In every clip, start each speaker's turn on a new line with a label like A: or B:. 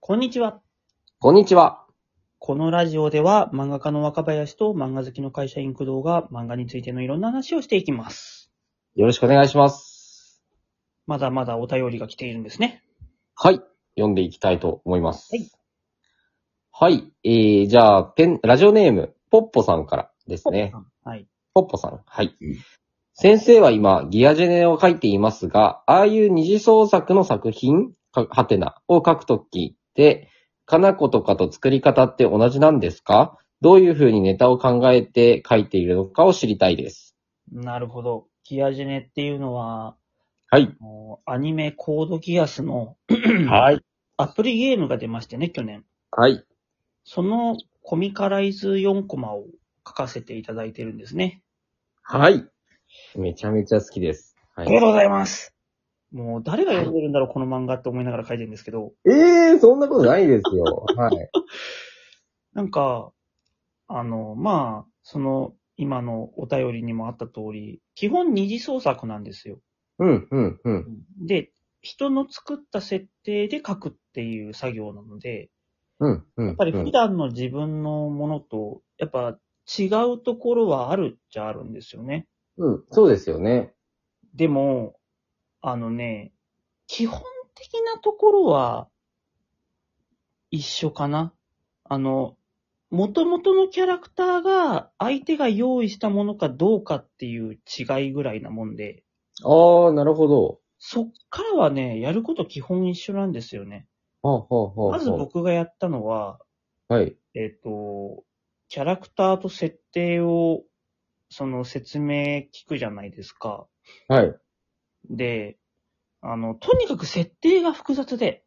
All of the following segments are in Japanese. A: こんにちは。
B: こんにちは。
A: このラジオでは漫画家の若林と漫画好きの会社員工藤が漫画についてのいろんな話をしていきます。
B: よろしくお願いします。
A: まだまだお便りが来ているんですね。
B: はい。読んでいきたいと思います。
A: はい。
B: はい。えー、じゃあ、ペン、ラジオネーム、ポッポさんからですね。
A: はい。
B: ポッポさん。はい。先生は今、ギアジェネを書いていますが、ああいう二次創作の作品、かはてなを書くときって、かなことかと作り方って同じなんですかどういうふうにネタを考えて書いているのかを知りたいです。
A: なるほど。ギアジェネっていうのは、
B: はい。
A: あのアニメコードギアスの
B: はい。
A: アプリゲームが出ましてね、去年。
B: はい。
A: そのコミカライズ4コマを書かせていただいてるんですね。
B: はい。めちゃめちゃ好きです。は
A: あ
B: い
A: りがとうございます。もう誰が読んでるんだろう、この漫画って思いながら書いてるんですけど。
B: ええそんなことないですよ。はい。
A: なんか、あの、まあ、その、今のお便りにもあった通り、基本二次創作なんですよ。
B: うん、うん、うん。
A: で、人の作った設定で書くっていう作業なので、
B: うん、うん。や
A: やっぱり普段の自分のものと、やっぱ違うところはあるっちゃあるんですよね。
B: うん、そうですよね。
A: でも、あのね、基本的なところは、一緒かな。あの、元々のキャラクターが相手が用意したものかどうかっていう違いぐらいなもんで、
B: ああ、なるほど。
A: そっからはね、やること基本一緒なんですよね。
B: はあ、はあ、は
A: ま
B: あ。
A: ず僕がやったのは、
B: はい。
A: えっ、と、キャラクターと設定を、その説明聞くじゃないですか。
B: はい。
A: で、あの、とにかく設定が複雑で、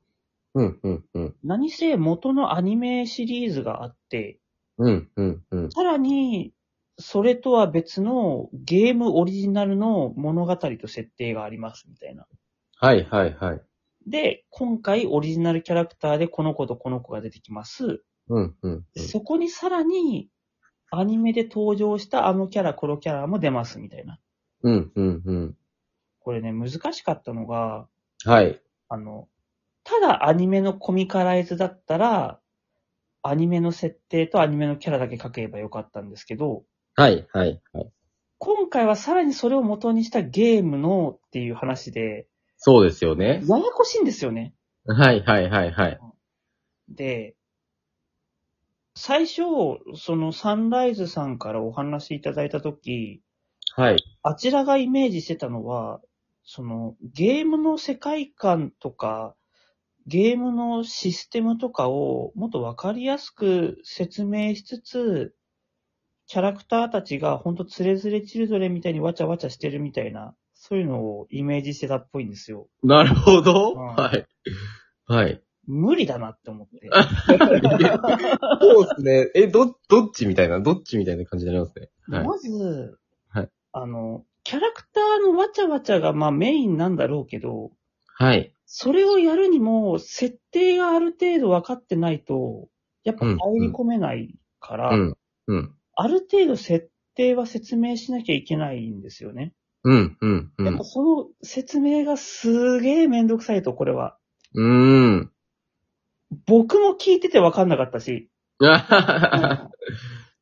B: うん、うん、うん。
A: 何せ元のアニメシリーズがあって、
B: うん、うん、うん。
A: さらに、それとは別のゲームオリジナルの物語と設定があります、みたいな。
B: はい、はい、はい。
A: で、今回オリジナルキャラクターでこの子とこの子が出てきます。
B: うん、うん。
A: そこにさらに、アニメで登場したあのキャラ、このキャラも出ます、みたいな。
B: うん、うん、うん。
A: これね、難しかったのが、
B: はい。
A: あの、ただアニメのコミカライズだったら、アニメの設定とアニメのキャラだけ書けばよかったんですけど、
B: はい、はい、はい。
A: 今回はさらにそれを元にしたゲームのっていう話で、
B: そうですよね。
A: ややこしいんですよね。
B: はい、はい、はい、はい。
A: で、最初、そのサンライズさんからお話いただいたとき、
B: はい。
A: あちらがイメージしてたのは、そのゲームの世界観とか、ゲームのシステムとかをもっとわかりやすく説明しつつ、キャラクターたちがほんとつれづれチルドレンみたいにわちゃわちゃしてるみたいな、そういうのをイメージしてたっぽいんですよ。
B: なるほど。
A: うん
B: はい。はい。
A: 無理だなって思 って。
B: そうですね。え、ど、どっちみたいな、どっちみたいな感じになりますね。はい。
A: まず、
B: はい
A: あの、キャラクターのわちゃわちゃがまあメインなんだろうけど、
B: はい。
A: それをやるにも、設定がある程度分かってないと、やっぱ入り込めないから、
B: うん。うん。
A: ある程度設定は説明しなきゃいけないんですよね。
B: うん。うん。う
A: でもその説明がすげえめんどくさいと、これは。
B: ん。うん。
A: 僕も聞いてて分かんなかったし、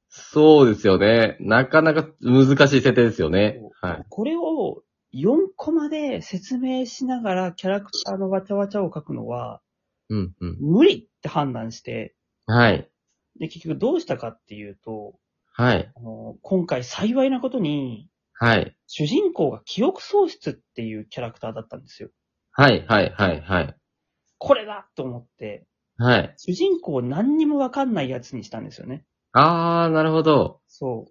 B: そうですよね。なかなか難しい設定ですよね。はい。
A: これを4コマで説明しながらキャラクターのわちゃわちゃを書くのは
B: うん。うん。
A: 無理って判断して、
B: はい。
A: で、結局どうしたかっていうと、
B: はい。
A: あの今回幸いなことに、
B: はい。
A: 主人公が記憶喪失っていうキャラクターだったんですよ。
B: はい。はい。はい。はい。
A: これだと思って、
B: はい。
A: 主人公を何にもわかんないやつにしたんですよね。
B: あー、なるほど。
A: そ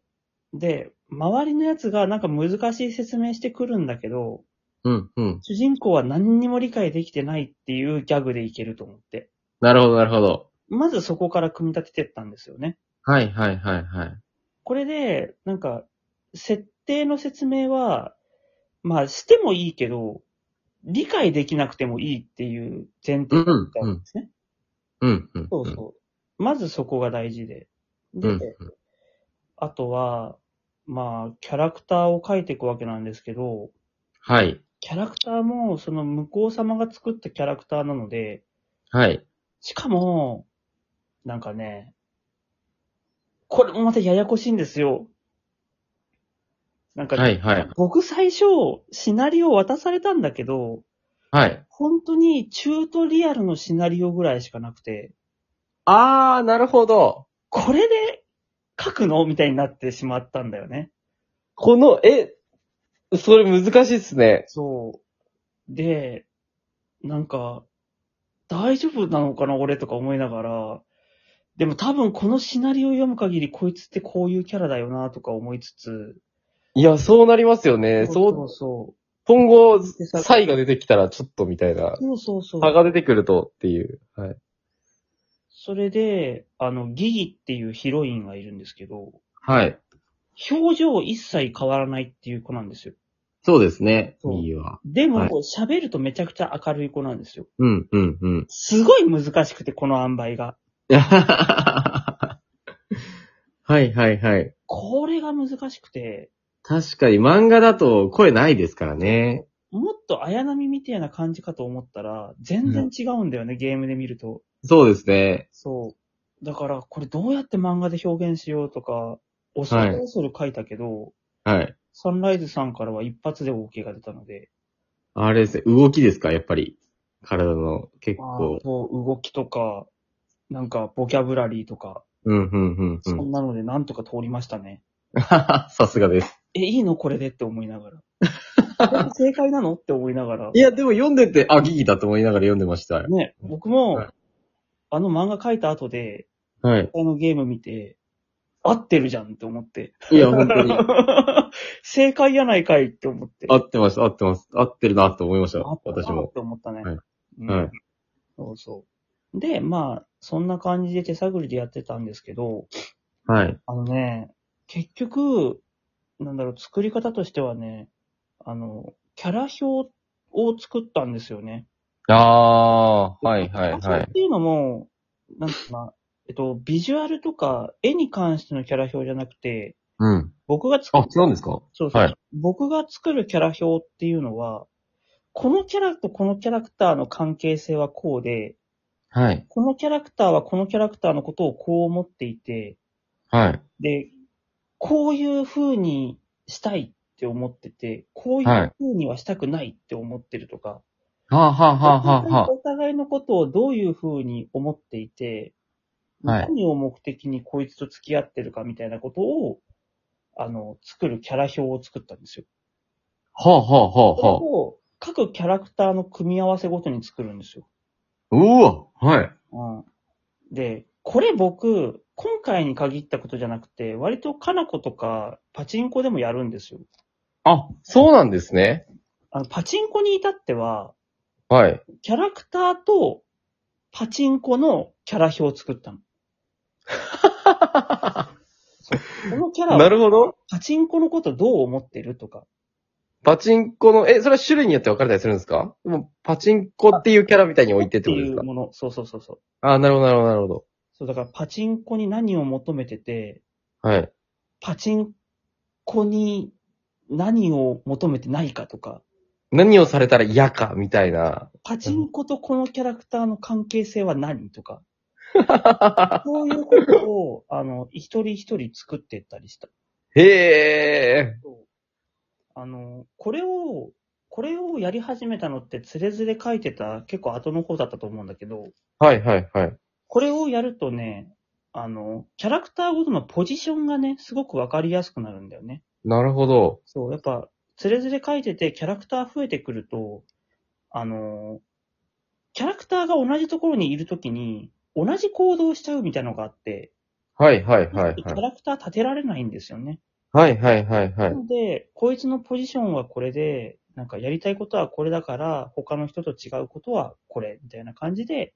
A: う。で、周りのやつがなんか難しい説明してくるんだけど、
B: うん。うん。
A: 主人公は何にも理解できてないっていうギャグでいけると思って。
B: なるほど、なるほど。
A: まずそこから組み立ててったんですよね。
B: はい。はい。はい。はい。
A: これで、なんか、設定の説明は、まあしてもいいけど、理解できなくてもいいっていう前提だったんですね。
B: うん。うん。
A: そうそう。まずそこが大事で。で、
B: うん。
A: あとは、まあ、キャラクターを描いていくわけなんですけど、
B: はい。
A: キャラクターも、その向こう様が作ったキャラクターなので、
B: はい。
A: しかも、なんかね、これもまたややこしいんですよ。なんか、
B: はいはい。
A: 僕最初、シナリオ渡されたんだけど、
B: はい。
A: 本当に中トリアルのシナリオぐらいしかなくて、
B: あー、なるほど。
A: これで書くのみたいになってしまったんだよね。
B: この、え、それ難しいっすね。
A: そう。で、なんか、大丈夫なのかな俺とか思いながら、でも多分このシナリオを読む限りこいつってこういうキャラだよなとか思いつつ、
B: いや、そうなりますよね。そ、
A: そううそ
B: 今後、
A: でさ
B: サイが出てきたらちょっとみたいな
A: う。。そうそうそう。
B: 差が出てくるとっていう。はい。
A: それで、あの、ギギっていうヒロインがいるんですけど、
B: はい。
A: 表情一切変わらないっていう子なんですよ。
B: そうですね。
A: そう
B: いいわ。
A: でも
B: はい、
A: 喋、るとめちゃくちゃ明るい子なんですよ。
B: うん、うん、うん。
A: すごい難しくて、この塩梅が。
B: はい、はい、はい。
A: これが難しくて、
B: 確かに漫画だと声ないですからね。
A: もっと綾波みたいな感じかと思ったら、全然違うんだよね、ゲームで見ると。
B: そうですね。
A: そう。だから、これどうやって漫画で表現しようとか、恐
B: はい
A: る恐る書いたけど、
B: はい。
A: サンライズさんからは一発で OK が出たので、
B: あれですね。動きですかやっぱり。体の結
A: まあ
B: 構。
A: そう動きとか、なんかボキャブラリーとか、
B: うん、うん、うん、う
A: そ
B: ん。
A: んなのでなんとか通りましたね。
B: さすがです。
A: え、いいのこれでって思いながら。こ れで正解なのって思いながら
B: い。や、でも読んでて、あ、ギギだと思いながら読んでました。
A: ね、僕も、
B: はい
A: あの漫画書いた後で、
B: はい。
A: あのゲーム見て、合ってるじゃんって思って。
B: いや、本 当に。
A: 正解やないかいって思って。
B: 合ってます、合ってます。合ってるなと思いました
A: 合っ。たな
B: 私も
A: っ。て思ったね。
B: はい
A: うん
B: はい
A: そうそう。で、まあ、そんな感じで手探りでやってたんですけど、
B: はい。
A: あのね、結局、なんだろう、作り方としてはね、あの、キャラ表を作ったんですよね。
B: ああー、は
A: で
B: い、はい、
A: キャラ
B: は
A: 表
B: い
A: っ。ていうのも、なんかな、えっと、ビジュアルとか、絵に関してのキャラ表じゃなくて、
B: うん。
A: 僕が作
B: あ
A: る、、
B: 違うんですか
A: そうそう、
B: はい
A: 僕が作るキャラ表っていうのは、このキャラとこのキャラクターの関係性はこうで、
B: はい。
A: このキャラクターはこのキャラクターのことをこう思っていて、
B: はい。
A: で、こういう風にしたいって思ってて、こういう
B: はい
A: 風にはしたくないって思ってるとか、
B: はあ、はあ、はあ、はあ、は
A: お互いのことをどういう風に思っていて、
B: はい
A: 何を目的にこいつと付き合ってるかみたいなことを、あの、作るキャラ表を作ったんですよ。
B: あ。はあ、はあ、は
A: そ
B: あ、
A: れ
B: はあ。
A: を各キャラクターの組み合わせごとに作るんですよ。
B: うわはい。
A: うん。で、これ僕、今回に限ったことじゃなくて、割とカナコとかパチンコでもやるんですよ。
B: あ、そうなんですね。
A: あの、パチンコに至っては、
B: はい。
A: キャラクターとパチンコのキャラ表を作ったの。このキャラ
B: な
A: は
B: るほど。
A: パチンコのことどう思ってるとか。
B: パチンコの、え、それは種類によって分かれたりするんですかでもパチンコっていうキャラみたいに置いてってことで
A: っ
B: す
A: て
B: か
A: いうもの。そうそうそうそう。
B: あーなるほど、なるほど、なるほど。
A: そう、だからパチンコに何を求めてて、
B: はい。
A: パチンコに何を求めてないかとか、
B: 何をされたら嫌か、みたいな。
A: パチンコとこのキャラクターの関係性は何とか、そういうことを、あの、一人一人作っていったりした。
B: へえ。
A: あの、これを、これをやり始めたのって、つれづれ書いてた、結構後の方だったと思うんだけど、
B: はい、はい、はい。
A: これをやるとね、あの、キャラクターごとのポジションがね、すごくわかりやすくなるんだよね。
B: なるほど。
A: そう、やっぱ、つれづれ書いてて、キャラクター増えてくると、あの、キャラクターが同じところにいるときに、同じ行動しちゃうみたいなのがあって、
B: はい、はい、はい、
A: キ
B: は
A: ャ
B: い。
A: ラクター立てられないんですよね。
B: はい、はい、はい、は
A: な。
B: い
A: ので、こいつのポジションはこれで、なんかやりたいことはこれだから、他の人と違うことはこれ、みたいな感じで、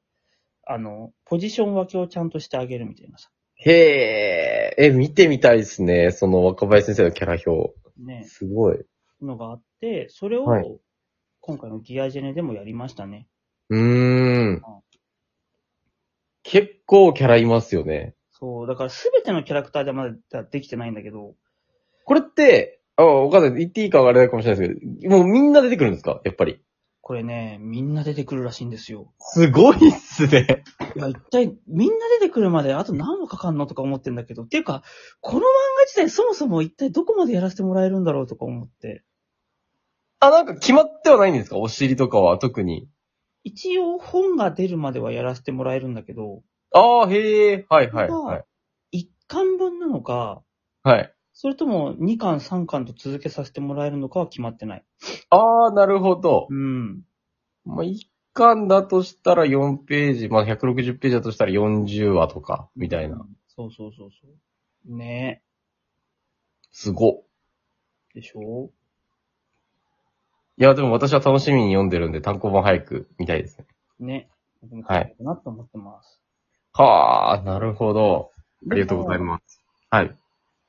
A: あの、ポジション分けをちゃんとしてあげるみたいなさ。
B: へえ。え、見てみたいですね。その若林先生のキャラ表。
A: ね、
B: すごい。
A: のがあって、それ
B: はい
A: を、今回のギアジェネでもやりましたね。
B: うーん。結構キャラいますよね。
A: そう、だから全てのキャラクターではまだできてないんだけど、
B: これって、あ、わかんない。言っていいかあれかもしれないですけど、もうみんな出てくるんですかやっぱり。
A: これね、みんな出てくるらしいんですよ。
B: すごいっすね。
A: いや、一体、みんな出てくるまであと何話かかんのとか思ってんだけど、っていうか、この漫画自体そもそも一体どこまでやらせてもらえるんだろうとか思って。
B: あ、なんか決まってはないんですかお尻とかは特に。
A: 一応本が出るまではやらせてもらえるんだけど、
B: ああ、へえ、はいはい、
A: まあ
B: はい。
A: 一巻分なのか、
B: はい。
A: それとも二巻三巻と続けさせてもらえるのかは決まってない。
B: ああ、なるほど。
A: うん。
B: まあ、一巻だとしたら4ページ、まあ、160ページだとしたら40話とか、みたいな。。
A: そうそうそうそう。ね
B: すごっ。
A: え。でしょ
B: いや、でも私は楽しみに読んでるんで、単行本早く見たいですね。
A: ね。僕も書いてなと思ってます。
B: はあ、なるほど。ありがとうございます。はい。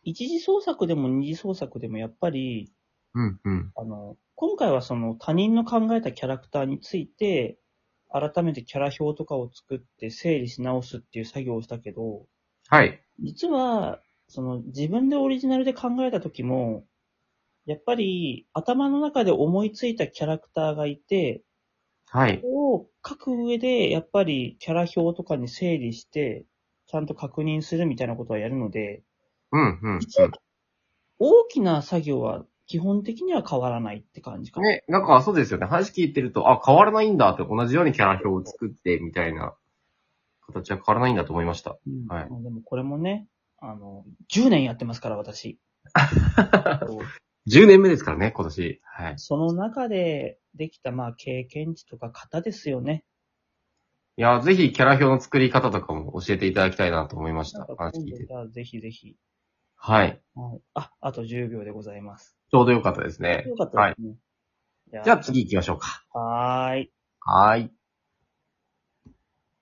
A: 一次創作でも二次創作でもやっぱり、
B: うん、うん。
A: あの、今回はその他人の考えたキャラクターについて、改めてキャラ表とかを作って整理し直すっていう作業をしたけど、
B: はい。
A: 実は、その自分でオリジナルで考えた時も、やっぱり頭の中で思いついたキャラクターがいて、
B: はい。
A: を書く上で、やっぱりキャラ表とかに整理して、ちゃんと確認するみたいなことはやるので、
B: うん、うん、
A: 実は大きな作業は基本的には変わらないって感じか
B: うん。
A: な。
B: ね、なんかそうですよね。話聞いてると、あ、変わらないんだって、同じようにキャラ表を作って、みたいな形は変わらないんだと思いました。
A: うん
B: はい
A: まあでもこれもね、あの、10年やってますから、 私。そう
B: 10年目ですからね、今年。はい。
A: その中でできた、まあ、経験値とか型ですよね。
B: いや、ぜひキャラ表の作り方とかも教えていただきたいなと思いまし
A: な
B: た
A: んか。今
B: 話聞
A: 度
B: いて
A: じ。ゃあぜひぜひ。
B: はい。
A: はいあ、あと10秒でございます。
B: ちょうどよかったですね。
A: よかったですね。
B: じゃあ
A: いや
B: 次行きましょうか。
A: はーい。
B: はーい。